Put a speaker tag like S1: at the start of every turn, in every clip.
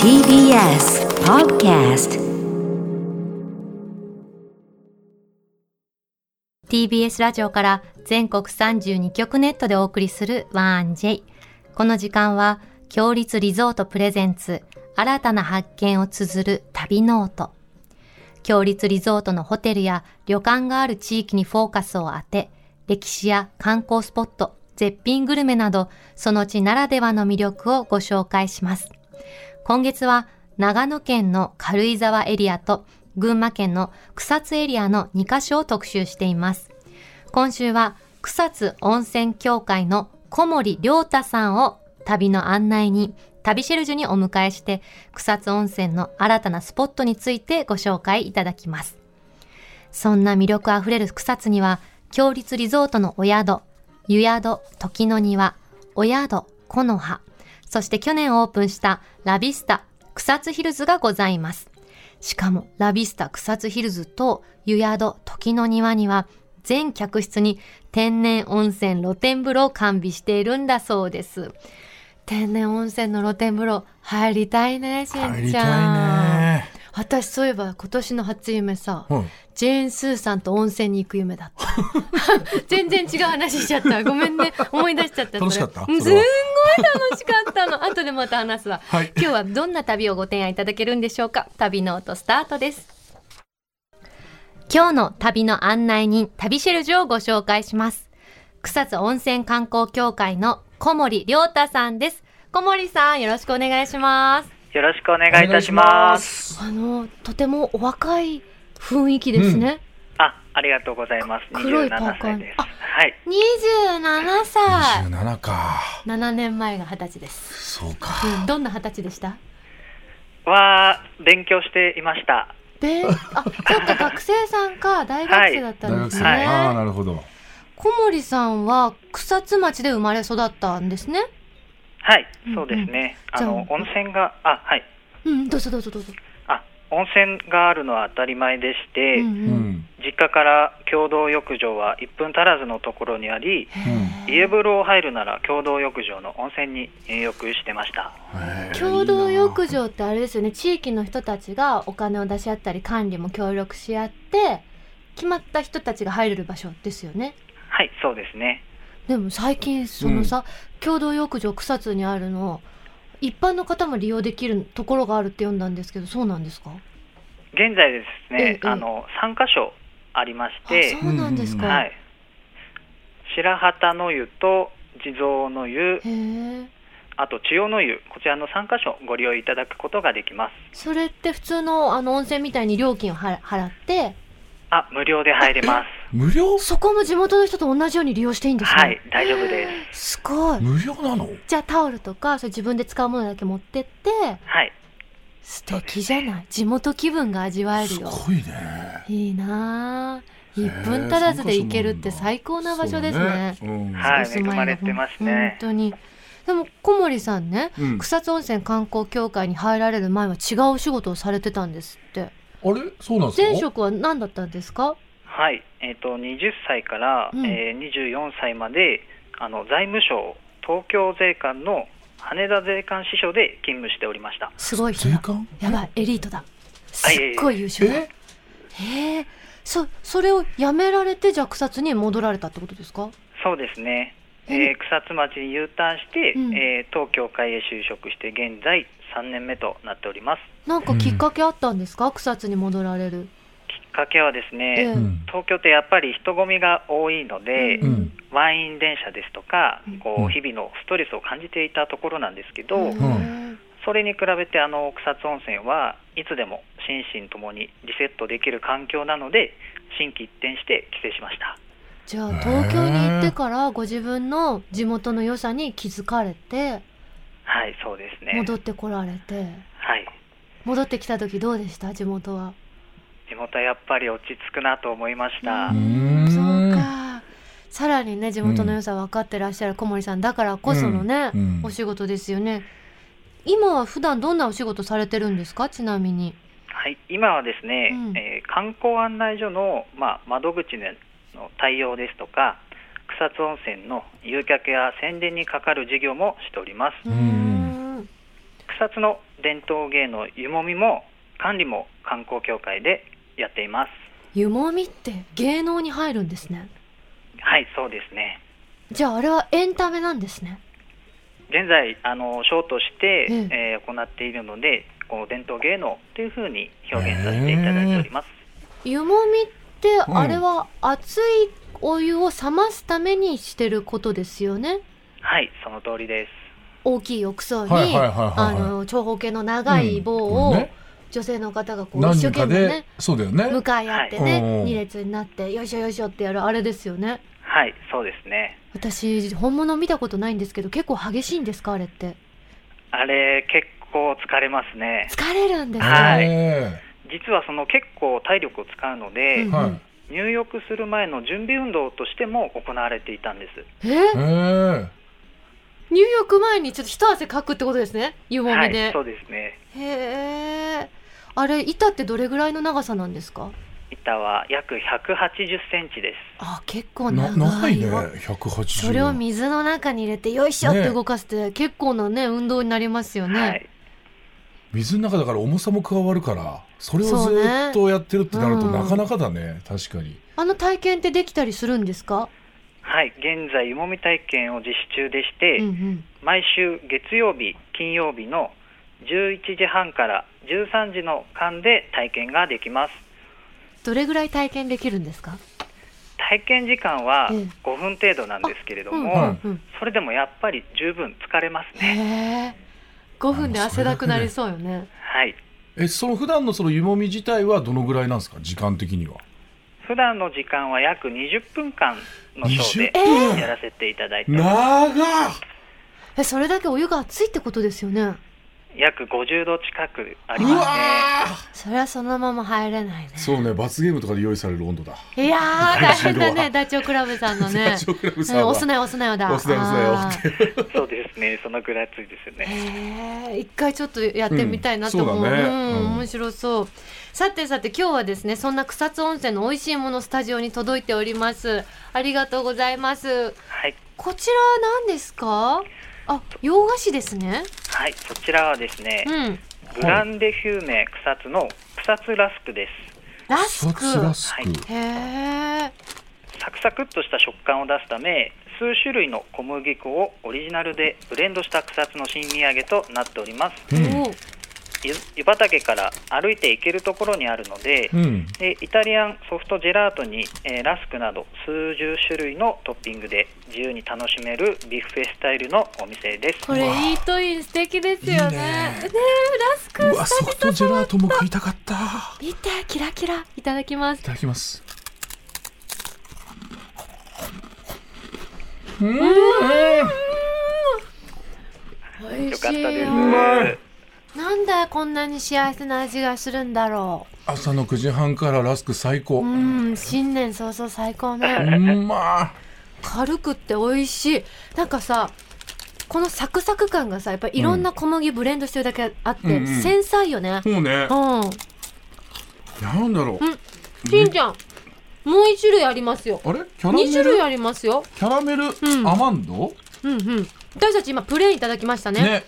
S1: TBS Podcast
S2: TBS ラジオから全国32局ネットでお送りする 1J この時間は強立リゾートプレゼンツ新たな発見を綴る旅ノート強立リゾートのホテルや旅館がある地域にフォーカスを当て歴史や観光スポット絶品グルメなどその地ならではの魅力をご紹介します今月は長野県の軽井沢エリアと群馬県の草津エリアの2カ所を特集しています。今週は草津温泉協会の小森良太さんを旅の案内に旅シェルジュにお迎えして草津温泉の新たなスポットについてご紹介いただきます。そんな魅力あふれる草津には、強立リゾートのお宿、湯宿、時の庭、お宿、木の葉、そして去年オープンしたラビスタ、草津ヒルズがございます。しかも、ラビスタ草津ヒルズと湯宿、時の庭には、全客室に天然温泉露天風呂を完備しているんだそうです。天然温泉の露天風呂入りたいね、しんちゃん。
S3: 入りたいね
S2: 私そういえば今年の初夢さ、
S3: はい
S2: ジェーン・スーさんと温泉に行く夢だった 全然違う話しちゃったごめんね思い出しちゃったそれ
S3: 楽しかった
S2: うんすん
S3: そ
S2: ごい
S3: れは
S2: 楽しかったの後でまた話すわ、
S3: はい
S2: 今日はどんな旅をご提案いただけるんでしょうか旅の音スタートです今日の旅の案内人旅シェルジュをご紹介します草津温泉観光協会の小森亮太さんです小森さんよろしくお願いします
S4: よろしくお願いいたします。
S3: す
S2: あのとてもお若い雰囲気ですね、
S4: あ、ありがとうございます。
S2: 黒い
S4: 27
S2: パーカー
S4: 歳です。
S2: あ
S4: はい。
S2: 27歳
S3: 27か
S2: 7年前が二十歳です、
S3: そうか
S2: うんどんな二十歳でした
S4: は、勉強していました。
S2: であそっか学生さんか大学生だった
S3: 大
S2: んで
S3: 学
S2: す
S3: 生、
S2: ね、
S4: はい
S3: ああなるほど
S2: 小森さんは草津町で生まれ育ったんですね
S4: はい
S2: うんうん、
S4: そうですね。
S2: じゃあ
S4: あの、温泉が、あ、はい。
S2: うんどうぞどうぞどうぞ、
S4: あ、温泉があるのは当たり前でして、
S2: うん
S3: う
S2: うん
S3: ん
S4: 実家から共同浴場は1分足らずのところにあり、
S2: へー
S4: 家風呂を入るなら共同浴場の温泉に入浴してました。
S3: へえ
S2: 共同浴場ってあれですよね地域の人たちがお金を出し合ったり管理も協力し合って決まった人たちが入れる場所ですよね
S4: はい、そうですね。
S2: でも最近そのさ、共同浴場草津にあるの一般の方も利用できるところがあるって読んだんですけどそうなんですか
S4: 現在ですね、
S2: うんうん
S4: あの、3カ所ありまし
S2: あ
S4: て、
S2: そうなんですか、
S3: うん
S4: はい。白旗の湯と地蔵の湯、
S2: へえ
S4: あと千代の湯、こちらの3カ所ご利用いただくことができます。
S2: それって普通のあの温泉みたいに料金を払払って
S4: あ、無料で入れま
S3: 無料
S2: そこも地元の人と同じように利用していいん
S4: す。
S2: ですね
S4: はい、大丈夫です。
S2: すごい
S3: 無料なの
S2: じゃあタオルとかそれ自分で使うものだけ持ってって
S4: はい。
S2: 素敵じゃない地元気分が味わえる
S3: す
S2: よ
S3: ごいね
S2: いいなあ1分足らずで行けるって最高な場所ですね
S3: そうだうん
S4: はい
S2: お住まいが
S4: 恵まれてますね
S2: 本当に。でも小森さんね、
S3: うん
S2: 草津温泉観光協会に入られる前は違うお仕事をされてたんですって。
S3: あれそうなんですか
S2: 前職は何だったんですか？
S4: はい。えっ、と、20歳から、
S2: うん
S4: えー24歳まで、あの、財務省、東京税関の羽田税関支所で勤務しておりました。
S2: すごい人
S3: 税
S2: だ。
S3: 関
S2: やばいエリートだ。す
S4: あ
S2: っ
S4: いえいえ
S2: ごい優秀だ。
S3: え
S2: へえ。そそれを辞められてじゃあ草津に戻られたってことですか？
S4: そうですね。えー草津町に U ターンして、
S2: うん
S4: えー東京海へ就職して現在3年目となっております。
S2: なんかきっかけあったんですか？草津に戻られる。
S4: きっかけはですね、
S2: ええ
S3: うん
S4: 東京ってやっぱり人混みが多いので、
S3: うん
S4: ワイン電車ですとか
S2: うん、
S4: こ
S3: うん
S4: う日々のストレスを感じていたところなんですけど、
S2: へえ
S4: それに比べてあの草津温泉はいつでも心身ともにリセットできる環境なので、心機一転して帰省しました。
S2: じゃあ東京に行ってからご自分の地元の良さに気づかれて
S4: はい、そうですね。
S2: 戻ってこられて。
S4: はい。
S2: 戻ってきた時どうでした地元は
S4: 地元はやっぱり落ち着くなと思いました。
S3: ん
S2: そうかさらにね地元の良さ分かってらっしゃる小森さんだからこそのね、
S3: うん
S2: お仕事ですよね今は普段どんなお仕事されてるんですかちなみに
S4: はい、今はですね、
S2: うん
S4: えー観光案内所の、まあ、窓口での対応ですとか、草津温泉の誘客や宣伝にかかる事業もしております。
S3: ん
S2: うーん
S4: 草津の伝統芸能湯もみも管理も観光協会でやっています
S2: 湯もみって芸能に入るんですね。
S4: はいそうですね
S2: じゃああれはエンタメなんですね。
S4: 現在あのショーとして、
S2: うん
S4: えー行っているのでこの伝統芸能というふうに表現させていただいております、
S2: 湯もみって
S3: うん
S2: あれは熱いお湯を冷ますためにしてることですよね。
S4: はいその通りです
S2: 大きい浴槽に、
S3: はいはいはい
S2: あ
S3: はいはい。
S2: の長方形の長い棒を、
S3: うんね
S2: 女性の方がこう
S3: 何
S2: 一生懸
S3: 人か
S2: 命
S3: で
S2: ね、
S3: そうだよね。
S2: 向かい合ってね、
S3: はいうん
S2: 二列になってよいしょよいしょってやるあれですよね
S4: はいそうですね
S2: 私本物見たことないんですけど結構激しいんですかあれって
S4: あれ結構疲れますね
S2: 疲れるんですね
S4: はい
S3: え
S4: 実はその結構体力を使うので、
S2: う
S3: え
S2: ん
S3: はい。
S4: 入浴する前の準備運動としても行われていたんです
S2: え
S3: ええ。
S2: 入浴前にちょっと一汗かくってことですね湯も
S4: は
S2: み
S4: い
S2: で、
S4: そうですね
S2: へえあれ板ってどれぐらいの長さなんですか
S4: 板は約180センチです
S2: あ結構長い
S3: な
S2: わ
S3: ないね。百八十。
S2: それを水の中に入れてよいしょって
S3: ね
S2: 動かすって結構なね運動になりますよね、
S4: はい、
S3: 水の中だから重さも加わるから、それを
S2: そう
S3: ず
S2: ね
S3: っとやってるってなると
S2: うん
S3: なかなかだね。確かに。
S2: あの体験ってできたりするんですか、
S4: はい、現在湯もみ体験を実施中でして、
S2: うんうん
S4: 毎週月曜日金曜日の11時半から13時の間で体験ができます
S2: どれぐらい体験できるんですか
S4: 体験時間は
S2: ええ
S4: 5分程度なんですけれども、
S2: うん
S3: はい
S2: うんうん
S4: それでもやっぱり十分疲れます
S2: へ
S4: ね
S2: え5分で汗だくなりそうよね
S4: はい
S3: え、その普段のその湯もみ自体はどのぐらいなんですか。時間的には。
S4: 普段の時間は約20分間のショー
S3: 20分
S4: でやらせていただいてます
S3: 長っ。
S2: えそれだけお湯が熱いってことですよね
S4: 約50度近くあり
S3: う
S4: ます
S3: わ
S4: ね
S3: ー。
S2: それはそのまま入れないね
S3: そうね。罰ゲームとかで用意される温度だ。
S2: いやー大変だ
S3: 50度
S2: ね
S3: は
S2: ダチョウ倶楽部さんのね
S3: ダチョウ倶楽部さん
S2: う
S3: は
S2: ん押すなよ押すなよだ
S3: 押すなよ押す
S2: なよ
S4: そうですねそのぐらい暑いですよね
S2: へえ一回ちょっとやってみたいなと思う,、う
S3: うんんそうだねうん
S2: 面白そうさてさて今日はですねそんな草津温泉の美味しいものスタジオに届いておりますありがとうございます
S4: はい、
S2: こちら何ですかあ洋菓子ですね
S4: はい、こちらはですね
S2: うん
S4: グランデフューメ草津の草津ラスクです
S2: ラ
S3: サ
S2: スク
S3: クラス
S4: はい
S3: ク。
S2: へえ
S4: サクサクっとした食感を出すため数種類の小麦粉をオリジナルでブレンドした草津の新土産となっております
S3: うん。
S2: お
S4: ゆ湯畑から歩いて行けるところにあるので,、
S3: うん。
S4: でイタリアンソフトジェラートに、えーラスクなど数十種類のトッピングで自由に楽しめるビュッフェスタイルのお店です
S2: これイートイン素敵ですよね
S3: いいね
S2: ねえラスク
S3: うわ、ソフトジェラートも食いたかった。
S2: 見てキラキラいただきます
S3: いただきます。
S2: 美味
S4: よ
S2: し
S4: かった
S2: い
S4: です
S2: よなんでこんなに幸せな味がするんだろ
S3: 朝の9時半からラスク最高。
S2: う。う、
S3: うん
S2: 新年早々最高ね。
S3: ま
S2: 軽くって美味しい。なんかさ、このサクサク感がさ、やっぱいろんな小麦ブレンドしてるだけあって、
S3: うんうん
S2: 繊細よね。
S3: もうね
S2: う、ん。
S3: なんだろ
S2: しんちゃん、もう一種類ありますよ。
S3: う。あれキャラメ
S2: 二
S3: ル
S2: 種類ありますよ。
S3: キャラメル、
S2: ん
S3: アマンド
S2: うんうん。私たち今プレーンいただきましたね。
S3: ね。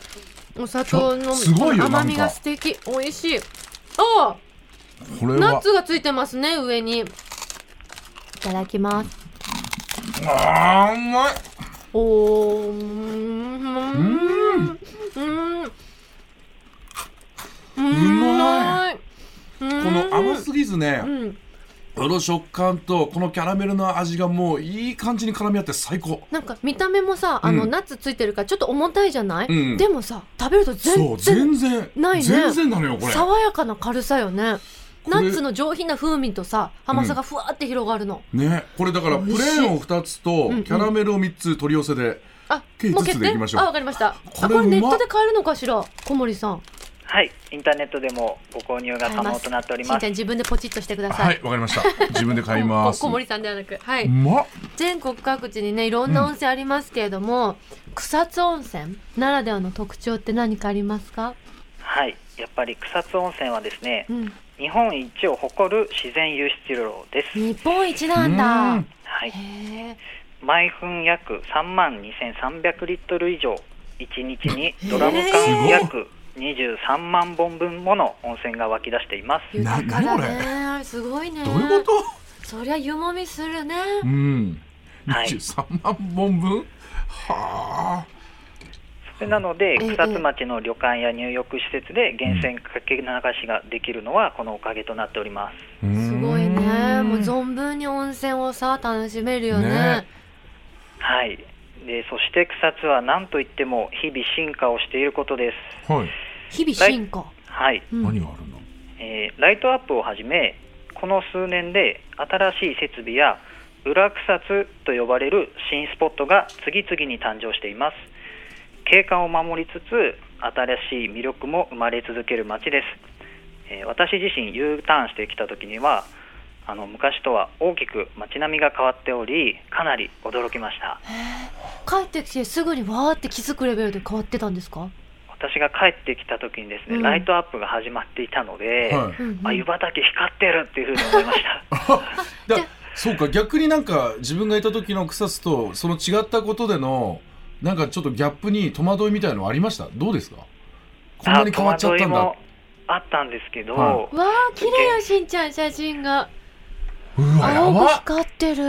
S2: お砂糖の
S3: すごいよ
S2: 甘み
S3: な
S2: が
S3: んか
S2: 素敵。美味しい。ああ
S3: これ
S2: ナッ
S3: は。
S2: ツがついてますね、上に。いただきます。
S3: あー、うまい。
S2: おーうーんうーんうーん
S3: うま
S2: いうん
S3: この甘すぎず
S2: う
S3: ね、
S2: ん
S3: この食感と、このキャラメルの味がもういい感じに絡み合って最高。
S2: なんか見た目もさあの、
S3: うん
S2: ナッツついてるからちょっと重たいじゃない、
S3: うん
S2: でもさ食べると
S3: そう、
S2: 全
S3: 全
S2: 然
S3: 然。
S2: ないね
S3: 全然なのよ、これ。
S2: 爽やかな軽さよね
S3: こ
S2: ナ
S3: れ
S2: ッツの上品な風味とさ甘さがふわって広がるの、
S3: ね、これだからプ
S2: 美味しい
S3: レーンを2つとキャラメルを3つ取り寄せで、
S2: あ
S3: ケーキ
S2: もう
S3: ず
S2: 決
S3: つ
S2: 定
S3: でいきましょう
S2: あわかりました
S3: これ
S2: あこれネッ
S3: うま
S2: ト
S3: っ
S2: で買えるのかしら小森さん
S4: はいインターネットでもご購入が
S2: 買え
S4: 可
S2: ま
S4: 能
S2: す
S4: となっており
S2: しん
S4: ま
S2: ちゃん
S4: す
S2: 自分でポチッとしてください、
S3: はいわかりました自分で買いま
S2: こ
S3: す
S2: 小森さんではなくはいう
S3: まっ
S2: 全国各地にねいろんな温泉ありますけれども、草津温泉ならではの特徴って何かありますか、
S4: はいやっぱり草津温泉はですね
S2: うん、
S4: 日本一を誇る自然湧出量です、
S2: 日本一なんだ
S4: はい、
S2: へえ
S4: 毎分約3万2300リットル以上1日にドラム
S2: え
S4: 缶
S3: ー
S4: 約23万本分もの温泉が湧き出しています
S3: な
S2: 豊かだ
S3: 何
S2: ねすごいね
S3: どういうこと
S2: そりゃ湯もみするね
S3: うん。
S4: はい
S3: 23万本分はあ。
S4: それなので
S2: ええ
S4: 草津町の旅館や入浴施設で源泉かけ流しができるのはこのおかげとなっております
S2: すごいねもう存分に温泉をさ楽しめるよね
S3: ね
S4: はいでそして草津は何といっても日々進化をしていることです
S3: はい。
S2: 日々進化、
S4: はい、
S2: うん
S3: 何があるんだ
S4: えーライトアップをはじめこの数年で新しい設備や裏草津と呼ばれる新スポットが次々に誕生しています景観を守りつつ新しい魅力も生まれ続ける街です、えー私自身 U ターンしてきた時にはあの昔とは大きく街並みが変わっておりかなり驚きました
S2: 帰ってきてすぐにわーって気づくレベルで変わってたんですか、
S4: 私が帰ってきた時にですね、
S2: うん
S4: ライトアップが始まっていたので、
S3: は
S2: う
S3: い。
S2: んうん
S4: あ湯畑光ってるっていうふうに思いました
S3: だそうか逆になんか自分がいた時の草津とその違ったことでのなんかちょっとギャップに戸惑いみたいのはありましたどうですかこんなに変わっちゃったん
S4: あ戸惑い
S3: だ
S4: もあったんですけど、
S3: は
S2: わあ綺麗やしんちゃん写真が
S3: うわや
S2: 青く
S3: ば
S2: 光ってる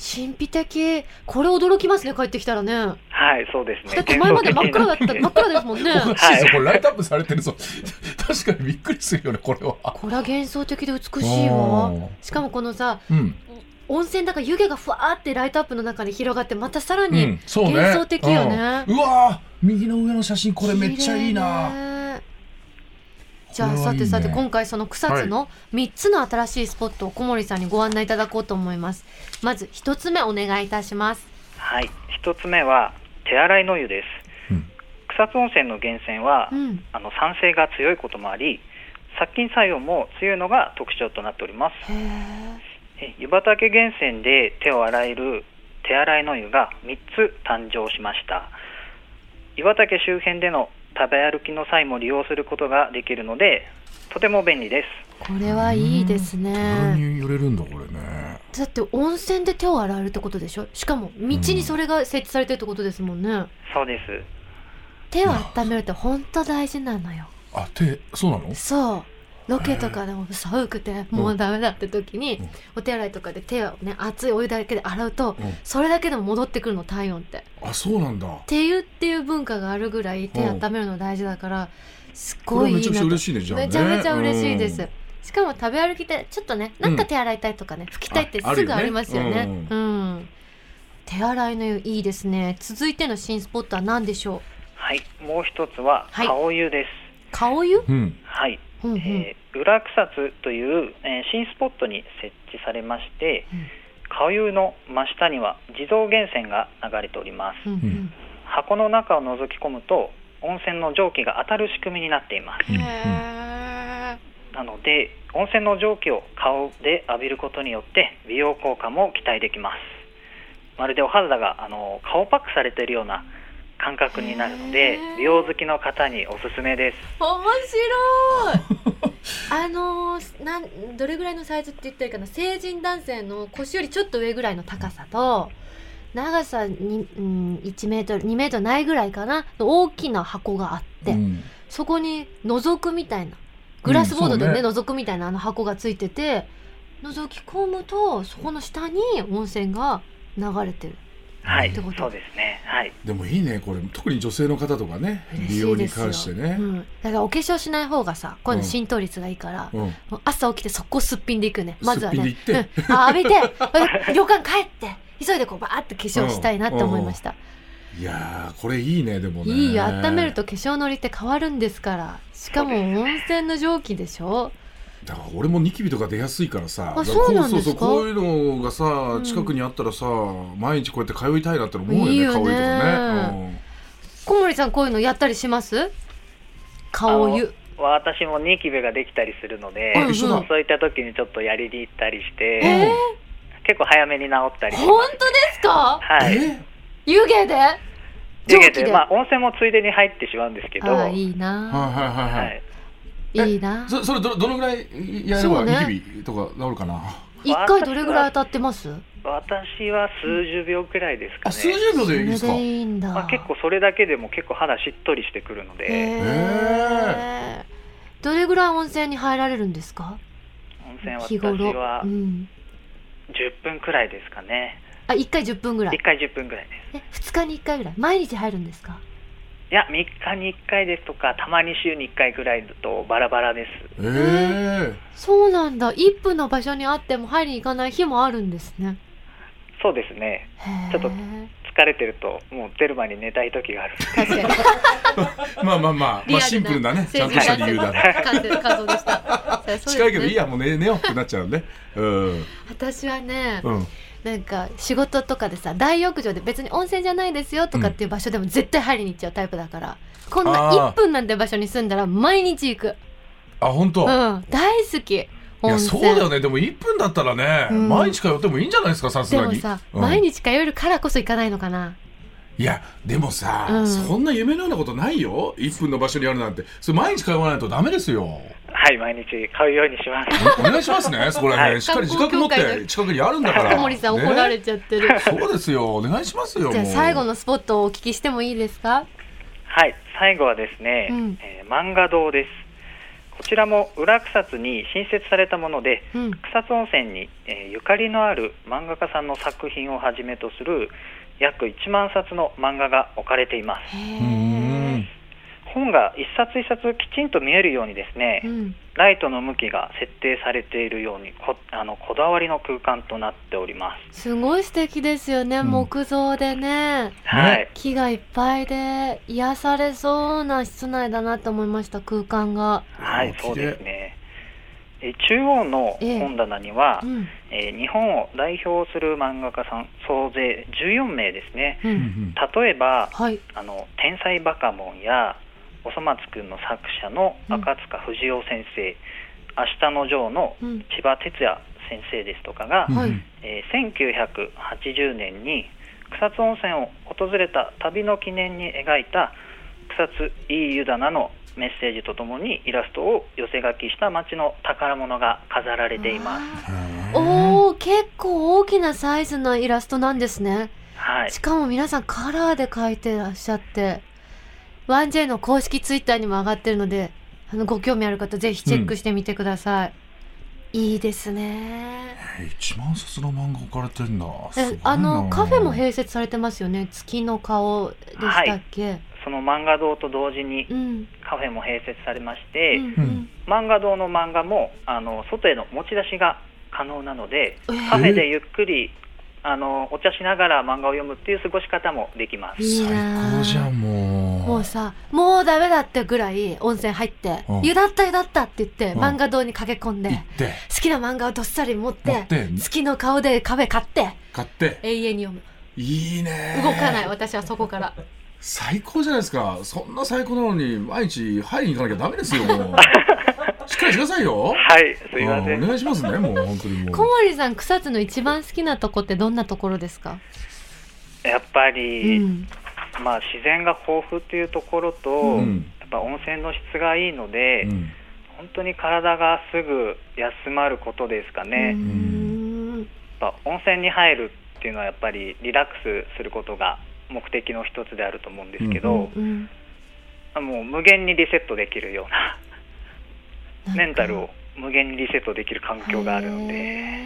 S2: 神秘的これ驚きますね帰ってきたらねだ
S4: はい、そうですね。
S2: って前まで真っ暗だった真っ暗ですもん ね
S3: おかしいぞこれライトアップされてるぞ 確かにびっくりするよねこれは
S2: これは幻想的で美しいわ
S3: おー
S2: しかもこのさ
S3: うん、
S2: 温泉だから湯気がふわーってライトアップの中で広がってまたさら
S3: う
S2: に
S3: ん、そうね
S2: 幻想的よね
S3: うんうわー右の上の写真これめっちゃいい
S2: 綺
S3: な
S2: 麗ねじゃ
S3: こ
S2: あ
S3: れは
S2: さ
S3: いいね
S2: てさて今回その草津の3つの新しいスポットを小森さんにご案内いただこうと思いますまず1つ目お願いいたします
S4: はい、一つ目は手洗いの湯です。
S3: うん
S4: 草津温泉の源泉は、
S2: うん
S4: あの酸性が強いこともあり、殺菌作用も強いのが特徴となっております。
S2: へー
S4: え湯畑源泉で手を洗える手洗いの湯が3つ誕生しました。湯畑周辺での食べ歩きの際も利用することができるので、とても便利です。
S2: これはいいです
S3: これ
S2: ね。
S3: に揺れるんだこれね
S2: だって温泉で手を洗えるってことでしょしかも道にそれが設置されてるってことですもんね。
S4: そうです。
S2: 手を温めるって本当大事なのよ。
S3: あ手そうなの
S2: そう。ロケとかでも寒くてもうダメだって時にお手洗いとかで手をね熱いお湯だけで洗うと
S3: うん
S2: それだけでも戻ってくるの体温って。
S3: あそうなんだ
S2: 手湯っていう文化があるぐらい手温めるの大事だからすっ
S3: こ
S2: ご
S3: れ
S2: いいい
S3: め
S2: な
S3: ちゃ
S2: と
S3: くちゃ嬉しいねじゃあ
S2: めちゃ
S3: ね
S2: めちゃ嬉しいで
S3: うん
S2: す。しかも食べ歩きってちょっとね、なんか手洗いたいとかね、拭きたいって
S3: ああ
S2: す
S3: るよ
S2: ぐ
S3: ね
S2: ありますよね。
S3: う
S2: うん。手洗いの湯いいですね。続いての新スポットは何でしょ
S4: はい、もう一つは
S2: はい
S4: 顔湯です。
S2: う。顔湯？
S3: うん
S4: はい、
S2: うんうん
S4: えー裏草津という、えー新スポットに設置されまして、
S2: うん
S4: 下流の真下には地蔵源泉が流れております、
S2: うん
S4: 箱の中を覗き込むと温泉の蒸気が当たる仕組みになっていま
S2: う
S4: す、
S2: ん。
S3: ん
S2: へ
S4: なので温泉の蒸気を顔で浴びることによって美容効果も期待できますまるでお肌があの顔パックされているような感覚になるの
S2: へ
S4: で
S2: ー
S4: 美容好きの方におすすめです
S2: ー。面白い。 あのーなんどれぐらいのサイズって言ったらいいかな。成人男性の腰よりちょっと上ぐらいの高さと。長さに、うん、1メートル2メートルないぐらいかなの大きな箱があって、
S3: うん
S2: そこに覗くみたいなグラスボードでね,、
S3: うんそ
S2: 覗
S3: う
S2: くみたいなあの箱がついてて覗き込むとそこの下に温泉が流れてる
S4: はい、
S2: って
S4: そ
S2: こと
S4: うですねはい
S3: でもいいねこれ特に女性の方とかね
S2: 嬉
S3: 美
S2: し
S3: 容
S2: いで
S3: に
S2: すよ
S3: 関してね
S2: う、ん、だからお化粧しない方がさこういうの浸透率がいいから、
S3: うん
S2: もう朝起きて速攻すっぴんでいくねまずはね
S3: すっぴんで行っ
S2: うんあ浴びて 旅館帰って急いでこうバーって化粧したいなって思いました、
S3: いやーこれいいねでもね
S2: いいよ温めると化粧のりって変わるんですからしかも温泉の蒸気でしょ
S3: だから俺もニキビとか出やすいからさ
S2: あそうなんですか
S3: そうそうこういうのがさ
S2: ん
S3: 近くにあったらさ、毎日こうやって通いたいなっての思うよね
S2: いいよね
S3: 顔色とかね、
S2: 小森さんこういうのやったりします顔湯
S4: あの私もニキビができたりするので、
S2: あ一緒だ
S4: そういった時にちょっとやりに行ったりして、
S2: えー
S4: 結構早めに治ったりしま
S2: 本
S4: す
S2: 当ですか
S4: はい
S3: え
S2: 湯気で
S4: 湯気
S2: 蒸気で
S4: で、まあ、温泉もついでに入ってしまうんですけど
S2: ああいい
S3: は
S2: ない
S3: はいはいは
S4: はいい
S2: いいな
S3: そそれどどのぐらいやれ
S2: そう
S3: ば
S2: ね
S3: ニキビとか治るかな、
S2: 一回どれぐらい当たってます
S4: 私は数十秒くらいです
S3: あ
S4: かね
S3: 数十秒でいいんです
S2: そ
S3: か
S2: れでいいんだ。
S4: まあ、結構それだけでも結構肌しっとりしてくるの
S2: へ
S4: で、
S2: え。どれぐらい温泉に入られるんですか？
S4: 温泉は
S2: 日
S4: 私
S2: 頃。
S4: は
S2: うん。
S4: 10分くらいですかね
S2: あ、一回十分ぐらい
S4: 1。回10分くらいで
S2: え、二日に一回ぐらい。毎日入るんですか？
S4: すいや3日に1回ですとかたまに週に1回くらいだとバラバラです
S3: ええ
S2: そうなんだ。一分の場所にあっても入りに行かない日もあるんですね。
S4: そうですね
S2: へえ。
S4: ちょっと疲れてるともう出る前に寝たい時がある
S2: 確かに。
S3: まあまあ まあ、まあ、シンプルなねちゃんとした理由だね
S2: 感じ感想 で した。そうですね
S3: 近いけどいいやもう寝寝ようってなっちゃうねうん
S2: 私はね、
S3: うん
S2: なんか仕事とかでさ大浴場で別に温泉じゃないですよとかっていう場所でも絶対入りに行っちゃうタイプだから、こんな
S3: あー
S2: 1分なんて場所に住んだら毎日行く、
S3: あ本当、
S2: う
S3: い
S2: ん、大好き温
S3: や
S2: 泉
S3: そうだよねでも1分だったらね、
S2: うん
S3: 毎日通ってもいいんじゃないですかさす
S2: で
S3: が
S2: も
S3: に
S2: さ、
S3: うん
S2: 毎日通えるからこそ行かないのかない
S3: やでもさ、
S2: うん
S3: そんな夢のようなことないよ1分の場所にあるなんてそれ毎日通わないとダメですよ
S4: はい毎日買うようにしま す
S3: お願いしますねそこら辺、
S4: はい
S3: しっかり自覚持っ
S2: 観光協会
S3: て
S2: の
S3: 近くにあるんだから
S2: 小森さん怒られ
S3: ね
S2: ちゃってる、
S3: そうですよお願いします よ
S2: じゃあ
S3: もう
S2: 最後のスポットをお聞きしてもいいですか
S4: はい、最後はですね、
S2: うん
S4: えー漫画堂です。こちらも裏草津に新設されたもので、
S2: うん
S4: 草津温泉に、えーゆかりのある漫画家さんの作品をはじめとする約1万冊の漫画が置かれています。
S2: へ
S3: うーん
S2: え
S4: 本が一冊一冊きちんと見えるようにですね、
S2: うん
S4: ライトの向きが設定されているようにこあのこだわりの空間となっております。
S2: すごい素敵ですよね、
S3: ん
S2: 木造でね
S4: はい、
S2: 木がいっぱいで癒されそうな室内だなと思いました空間が、
S4: はい
S3: お、
S4: そう
S3: 綺麗
S4: ですね。えー中央の本棚には、
S2: うん
S4: えー日本を代表する漫画家さん総勢14名ですね
S2: う、
S3: うんうんん
S4: 例えば
S2: はい
S4: あの「天才バカモン」や「おそ松くん」の作者の赤塚不二夫先生「明日のジョー」の
S2: うん
S4: 千葉哲也先生ですとかが、
S3: うん
S2: はい
S4: えー1980年に草津温泉を訪れた旅の記念に描いた「草津いい湯棚」のメッセージとともにイラストを寄せ書きした町の宝物が飾られています。
S3: へー
S2: おお結構大きなサイズのイラストなんですね
S4: はい
S2: しかも皆さんカラーで描いてらっしゃって 1J の公式ツイッターにも上がってるのであのご興味ある方ぜひチェックしてみてください、いいですね
S3: え1万冊の漫画置かれてんだすごい
S2: え
S3: な
S2: あのカフェも併設されてますよね月の顔でしたっけ、
S4: その漫画堂と同時に
S2: うん
S4: カフェも併設されまし
S2: う
S4: て、
S2: ん
S3: う
S2: うんん
S4: 漫画堂の漫画もあの外への持ち出しが可能なので
S2: えー
S4: カフェでゆっくりあのお茶しながら漫画を読むっていう過ごし方もできます。
S2: いい
S3: 最
S2: な
S3: 高じゃんもう
S2: もうさもうダメだってぐらい温泉入って
S3: うん
S2: 湯だった湯だったって言って
S3: うん
S2: 漫画堂に駆け込んで
S3: 行って
S2: 好きな漫画をどっさり持っ
S3: 持
S2: て
S3: って
S2: 月の顔でカフェ買って
S3: 買って
S2: 永遠に読
S3: いいね
S2: む動かない私はそこから
S3: 最高じゃないですかそんな最高なのに毎日入りに行かなきゃダメですよもう しっかりしてくださいよ
S4: はい、すいませ
S3: うんお
S4: ん。
S3: 願いしますねもう本当にもう
S2: 小森さん草津の一番好きなとこってどんなところですか、
S4: やっぱ
S2: う
S4: り、
S2: ん、
S4: まあ自然が豊富っていうところと、
S3: うん
S4: やっぱ温泉の質がいいので、
S3: うん
S4: 本当に体がすぐ休まることですかね。
S2: う
S4: やっ
S2: ん
S4: ぱ温泉に入るっていうのはやっぱりリラックスすることが目的の一つであると思うんですけど。
S2: うん
S4: あもう無限にリセットできるよう
S2: な
S4: な
S2: んか
S4: メンタルを無限にリセットできる環境があるので
S2: へ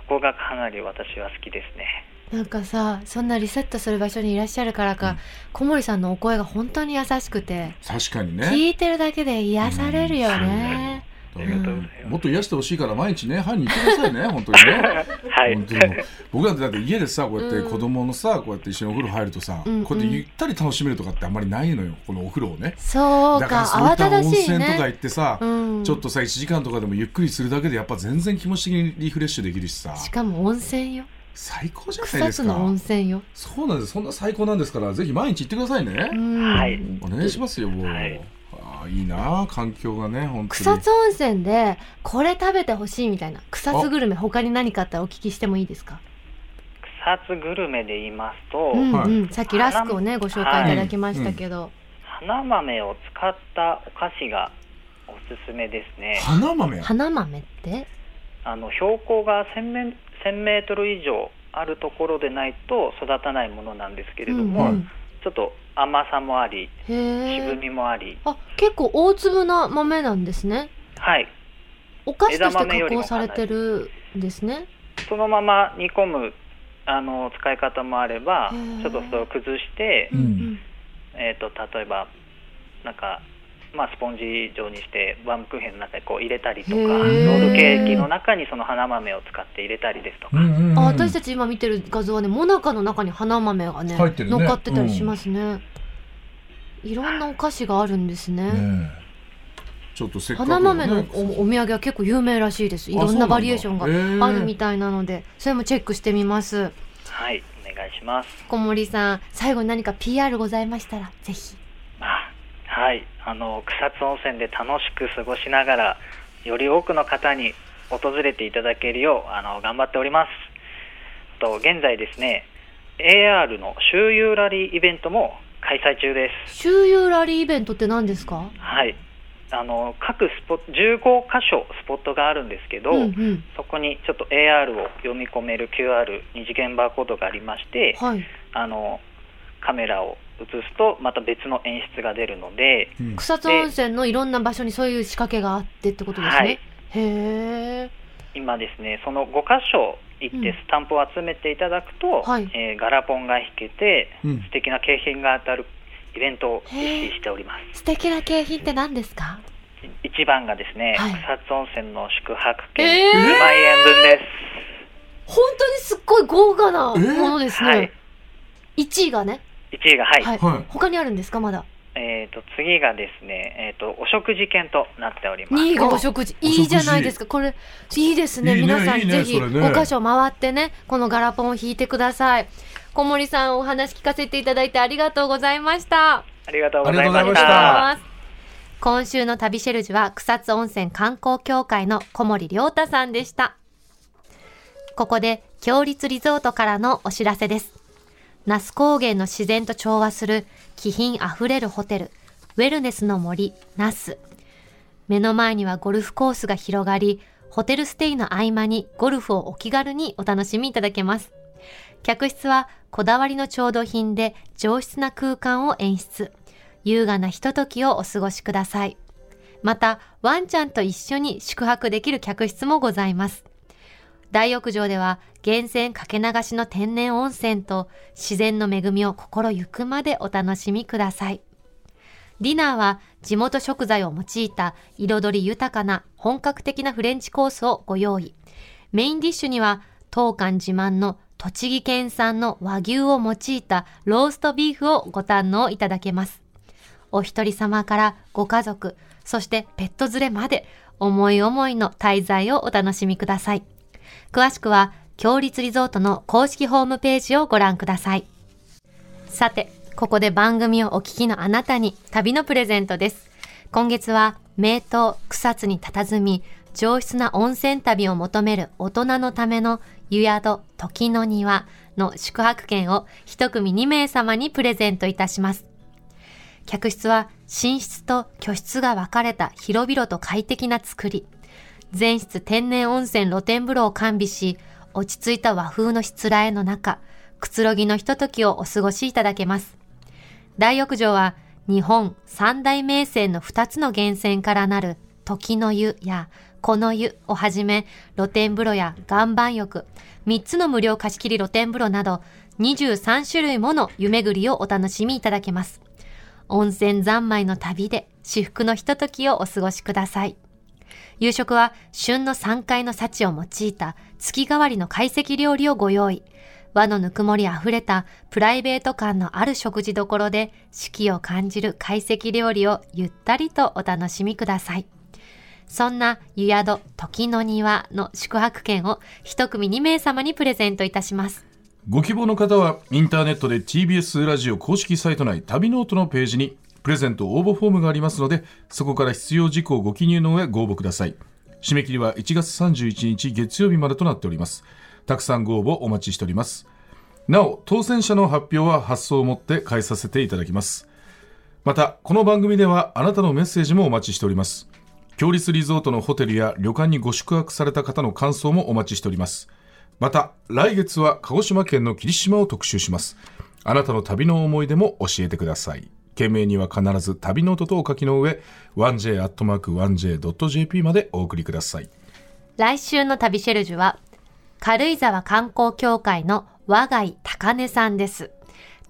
S4: そこがかなり私は好きですね
S2: ーなんかさそんなリセットする場所にいらっしゃるからか、
S3: うん
S2: 小森さんのお声が本当に優しくて
S3: 確かにね
S2: 聞いてるだけで癒されるよね。
S4: ありがとうござい
S3: も
S4: ま
S3: っと癒してほしいから毎日ね入りに行ってくださいね本当にね
S4: すはい
S3: 本当にもう僕だってだって家でさこうやって
S2: うん
S3: 子供のさこうやって一緒にお風呂入るとさ、
S2: うんうん
S3: こうやってゆったり楽しめるとかってあんまりないのよこのお風呂をね
S2: そう
S3: だ
S2: か、
S3: からそうい
S2: 慌
S3: った
S2: ただ
S3: 温
S2: しい
S3: 泉とか行
S2: ね。
S3: ってさ、
S2: うん、
S3: ちょっとさ1時間とかでもゆっくりするだけでやっぱ全然気持ち的にリフレッシュできるしさ
S2: しかも温泉よ。
S3: 最高じゃない
S2: 草
S3: です
S2: 津の
S3: か
S2: 温泉よ。
S3: そうなんですそんな最高なんですからぜひ毎日行ってくださいね、
S2: うん
S4: はい
S3: お願いしますよもう、
S4: はい
S3: ああいいなあ環境がね本当に
S2: 草津温泉でこれ食べてほしいみたいな草津グルメ他に何かあったらお聞きしてもいいですか
S4: 草津グルメで言いますと、
S2: うん
S3: はい
S2: うん、さっきラスクをねご紹介いただきましたけど、
S4: 花豆を使ったお菓子がおすすめですね
S3: 花豆
S2: 花豆って
S4: あの標高が1000メ1000メートル以上あるところでないと育たないものなんですけれど
S2: うん
S4: も、
S3: はい
S4: ちょっと甘さもあり
S2: へえ
S4: 渋みもあり、
S2: あ結構大粒な豆なんですね
S4: はい、
S2: お菓子として加工されてるんですね
S4: そのまま煮込むあの使い方もあれば
S2: へー
S4: ちょっとそれを崩して
S3: 枝、豆よりも
S4: えー、と例えばなんか、まあ、スポンジ状にしてバームクーヘンの中にこう入れたりとか
S2: へ
S4: ロ
S2: ー
S4: ールケーキの中にその花豆を使って入れたりですとか、
S3: うんうんうん
S2: あ私たち今見てる画像はねもなかの中に花豆がね
S3: 入ってるね
S2: 乗っかってたりしますね、いろんなお菓子があるんですね
S3: ねえちょっとせっかく
S2: 花
S3: の
S2: 豆
S3: ね
S2: のおお土産は結構有名らしいですい
S3: あ
S2: ろ
S3: そうんな
S2: なん
S3: だ
S2: バリエーションがあるみたいなのでそれもチェックしてみます
S4: はいお願いします。
S2: 小森さん最後に何か PR ございましたらぜひ
S4: あはい、あの草津温泉で楽しく過ごしながらより多くの方に訪れていただけるようあの頑張っておりますと現在ですね AR の周遊ラリーイベントも開催中です
S2: 周遊ラリーイベントって何ですか
S4: はいあの各スポ15箇所スポットがあるんですけど、
S2: んうん
S4: そこにちょっと AR を読み込める QR 二次元バーコードがありまして
S2: はい、
S4: あのカメラを映すとまた別の演出が出るので、
S3: うん
S2: 草津温泉のいろんな場所にそういう仕掛けがあってってことですね、
S4: はい
S2: へえ
S4: 今ですねその5箇所行っ
S2: う
S4: て
S2: ん
S4: スタンプを集めていただくと、
S2: はい
S4: えーガラポンが引けて
S3: うん
S4: 素敵な景品が当たるイベントを実施しております
S2: 素敵な景品って何ですか
S4: 一番がですね、
S2: はい
S4: 草津温泉の宿泊券
S2: えー
S4: 10万円分です、
S2: 本当にすっごい豪華なものです
S4: は
S2: ね
S4: い、
S2: 1位がね、
S4: 1位がはい、
S2: はい
S3: はい
S2: 他にあるんですかまだ
S4: えー、と次がですね、えー、とお食事券となっております
S2: 2位がお食事
S3: お食事
S2: いいじゃないですかこれいいですね
S3: いいね
S2: 皆さん
S3: いいね
S2: ぜひ
S3: それね
S2: 5箇所回ってねこのガラポンを引いてください小森さんお話聞かせていただいてありがとうございました
S4: ありがとうございま
S3: ありがとうご
S4: し
S3: ざいました
S4: た
S2: 今週の旅シェルジュは草津温泉観光協会の小森良太さんでした。ここで、強立リゾートからのお知らせです。那須高原の自然と調和する気品あふれるホテル、ウェルネスの森、那須。目の前にはゴルフコースが広がり、ホテルステイの合間にゴルフをお気軽にお楽しみいただけます。客室はこだわりの調度品で上質な空間を演出。優雅なひとときをお過ごしください。また、ワンちゃんと一緒に宿泊できる客室もございます。大浴場では、源泉かけ流しの天然温泉と自然の恵みを心ゆくまでお楽しみください。ディナーは地元食材を用いた彩り豊かな本格的なフレンチコースをご用意。メインディッシュには当館自慢の栃木県産の和牛を用いたローストビーフをご堪能いただけます。お一人様からご家族、そしてペット連れまで思い思いの滞在をお楽しみください。詳しくは、強立リゾートの公式ホームページをご覧ください。さて、ここで番組をお聞きのあなたに旅のプレゼントです。今月は、名湯草津に佇み、上質な温泉旅を求める大人のための湯宿時の庭の宿泊券を一組2名様にプレゼントいたします。客室は寝室と居室が分かれた広々と快適な作り。全室天然温泉露天風呂を完備し、落ち着いた和風のしつらえの中、くつろぎのひとときをお過ごしいただけます。大浴場は日本三大名泉の2つの源泉からなる時の湯やこの湯をはじめ露天風呂や岩盤浴3つの無料貸し切り露天風呂など23種類もの湯巡りをお楽しみいただけます温泉三昧の旅で至福のひとときをお過ごしください夕食は旬の3階の幸を用いた月替わりの懐石料理をご用意。和のぬくもりあふれたプライベート感のある食事どころで四季を感じる懐石料理をゆったりとお楽しみください。そんな湯宿時の庭の宿泊券を一組2名様にプレゼントいたします。
S3: ご希望の方はインターネットで TBS ラジオ公式サイト内旅ノートのページにプレゼント応募フォームがありますのでそこから必要事項をご記入の上ご応募ください締め切りは1月31日月曜日までとなっておりますたくさんご応募お待ちしておりますなお当選者の発表は発送をもって返させていただきますまたこの番組ではあなたのメッセージもお待ちしております強立リゾートのホテルや旅館にご宿泊された方の感想もお待ちしておりますまた来月は鹿児島県の霧島を特集しますあなたの旅の思い出も教えてください件名には必ず旅ノートとお書きの上 1j.1j.jp までお送りください
S5: 来週の旅シェルジュは、軽井沢観光協会の和貝高根さんです。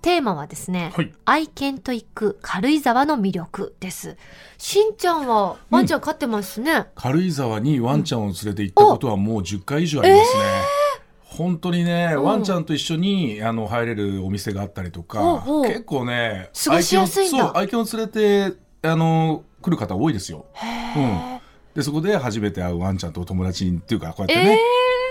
S5: テーマはですね、
S3: はい
S5: 愛犬と行く軽井沢の魅力です。
S2: しんちゃんはワンちゃん飼ってますね、
S3: 軽井沢にワンちゃんを連れて行ったことはもう10回以上ありますね、本当にね、ワンちゃんと一緒にあの入れるお店があったりとか、
S2: ほうほう
S3: 結構ね
S2: 過ごしやすいんだ
S3: 愛犬をそう愛犬を連れてあの来る方多いですよ、うん、でそこで初めて会うワンちゃんとお友達にっていうかこうやってね、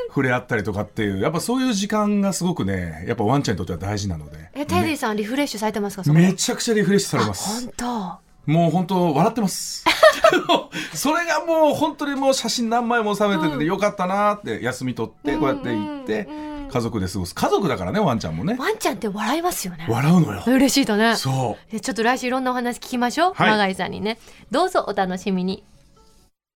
S3: 触れ合ったりとかっていうやっぱそういう時間がすごくねやっぱワンちゃんにとっては大事なので
S2: えテディさんリフレッシュされてますかそこ
S3: めちゃくちゃリフレッシュされます
S2: 本当
S3: もう本当笑ってます。 それがもう本当にもう写真何枚も収めてて、よかったなって休み取ってこうやって行って
S2: うんうん
S3: 家族で過ごす家族だからねワンちゃんもね
S2: ワンちゃんって笑いますよね
S3: 笑うのよ
S2: 嬉しいだね
S3: そ
S2: えちょっと来週いろんなお話聞きましょう、
S3: はい
S5: 永井さんにね、どうぞお楽しみに。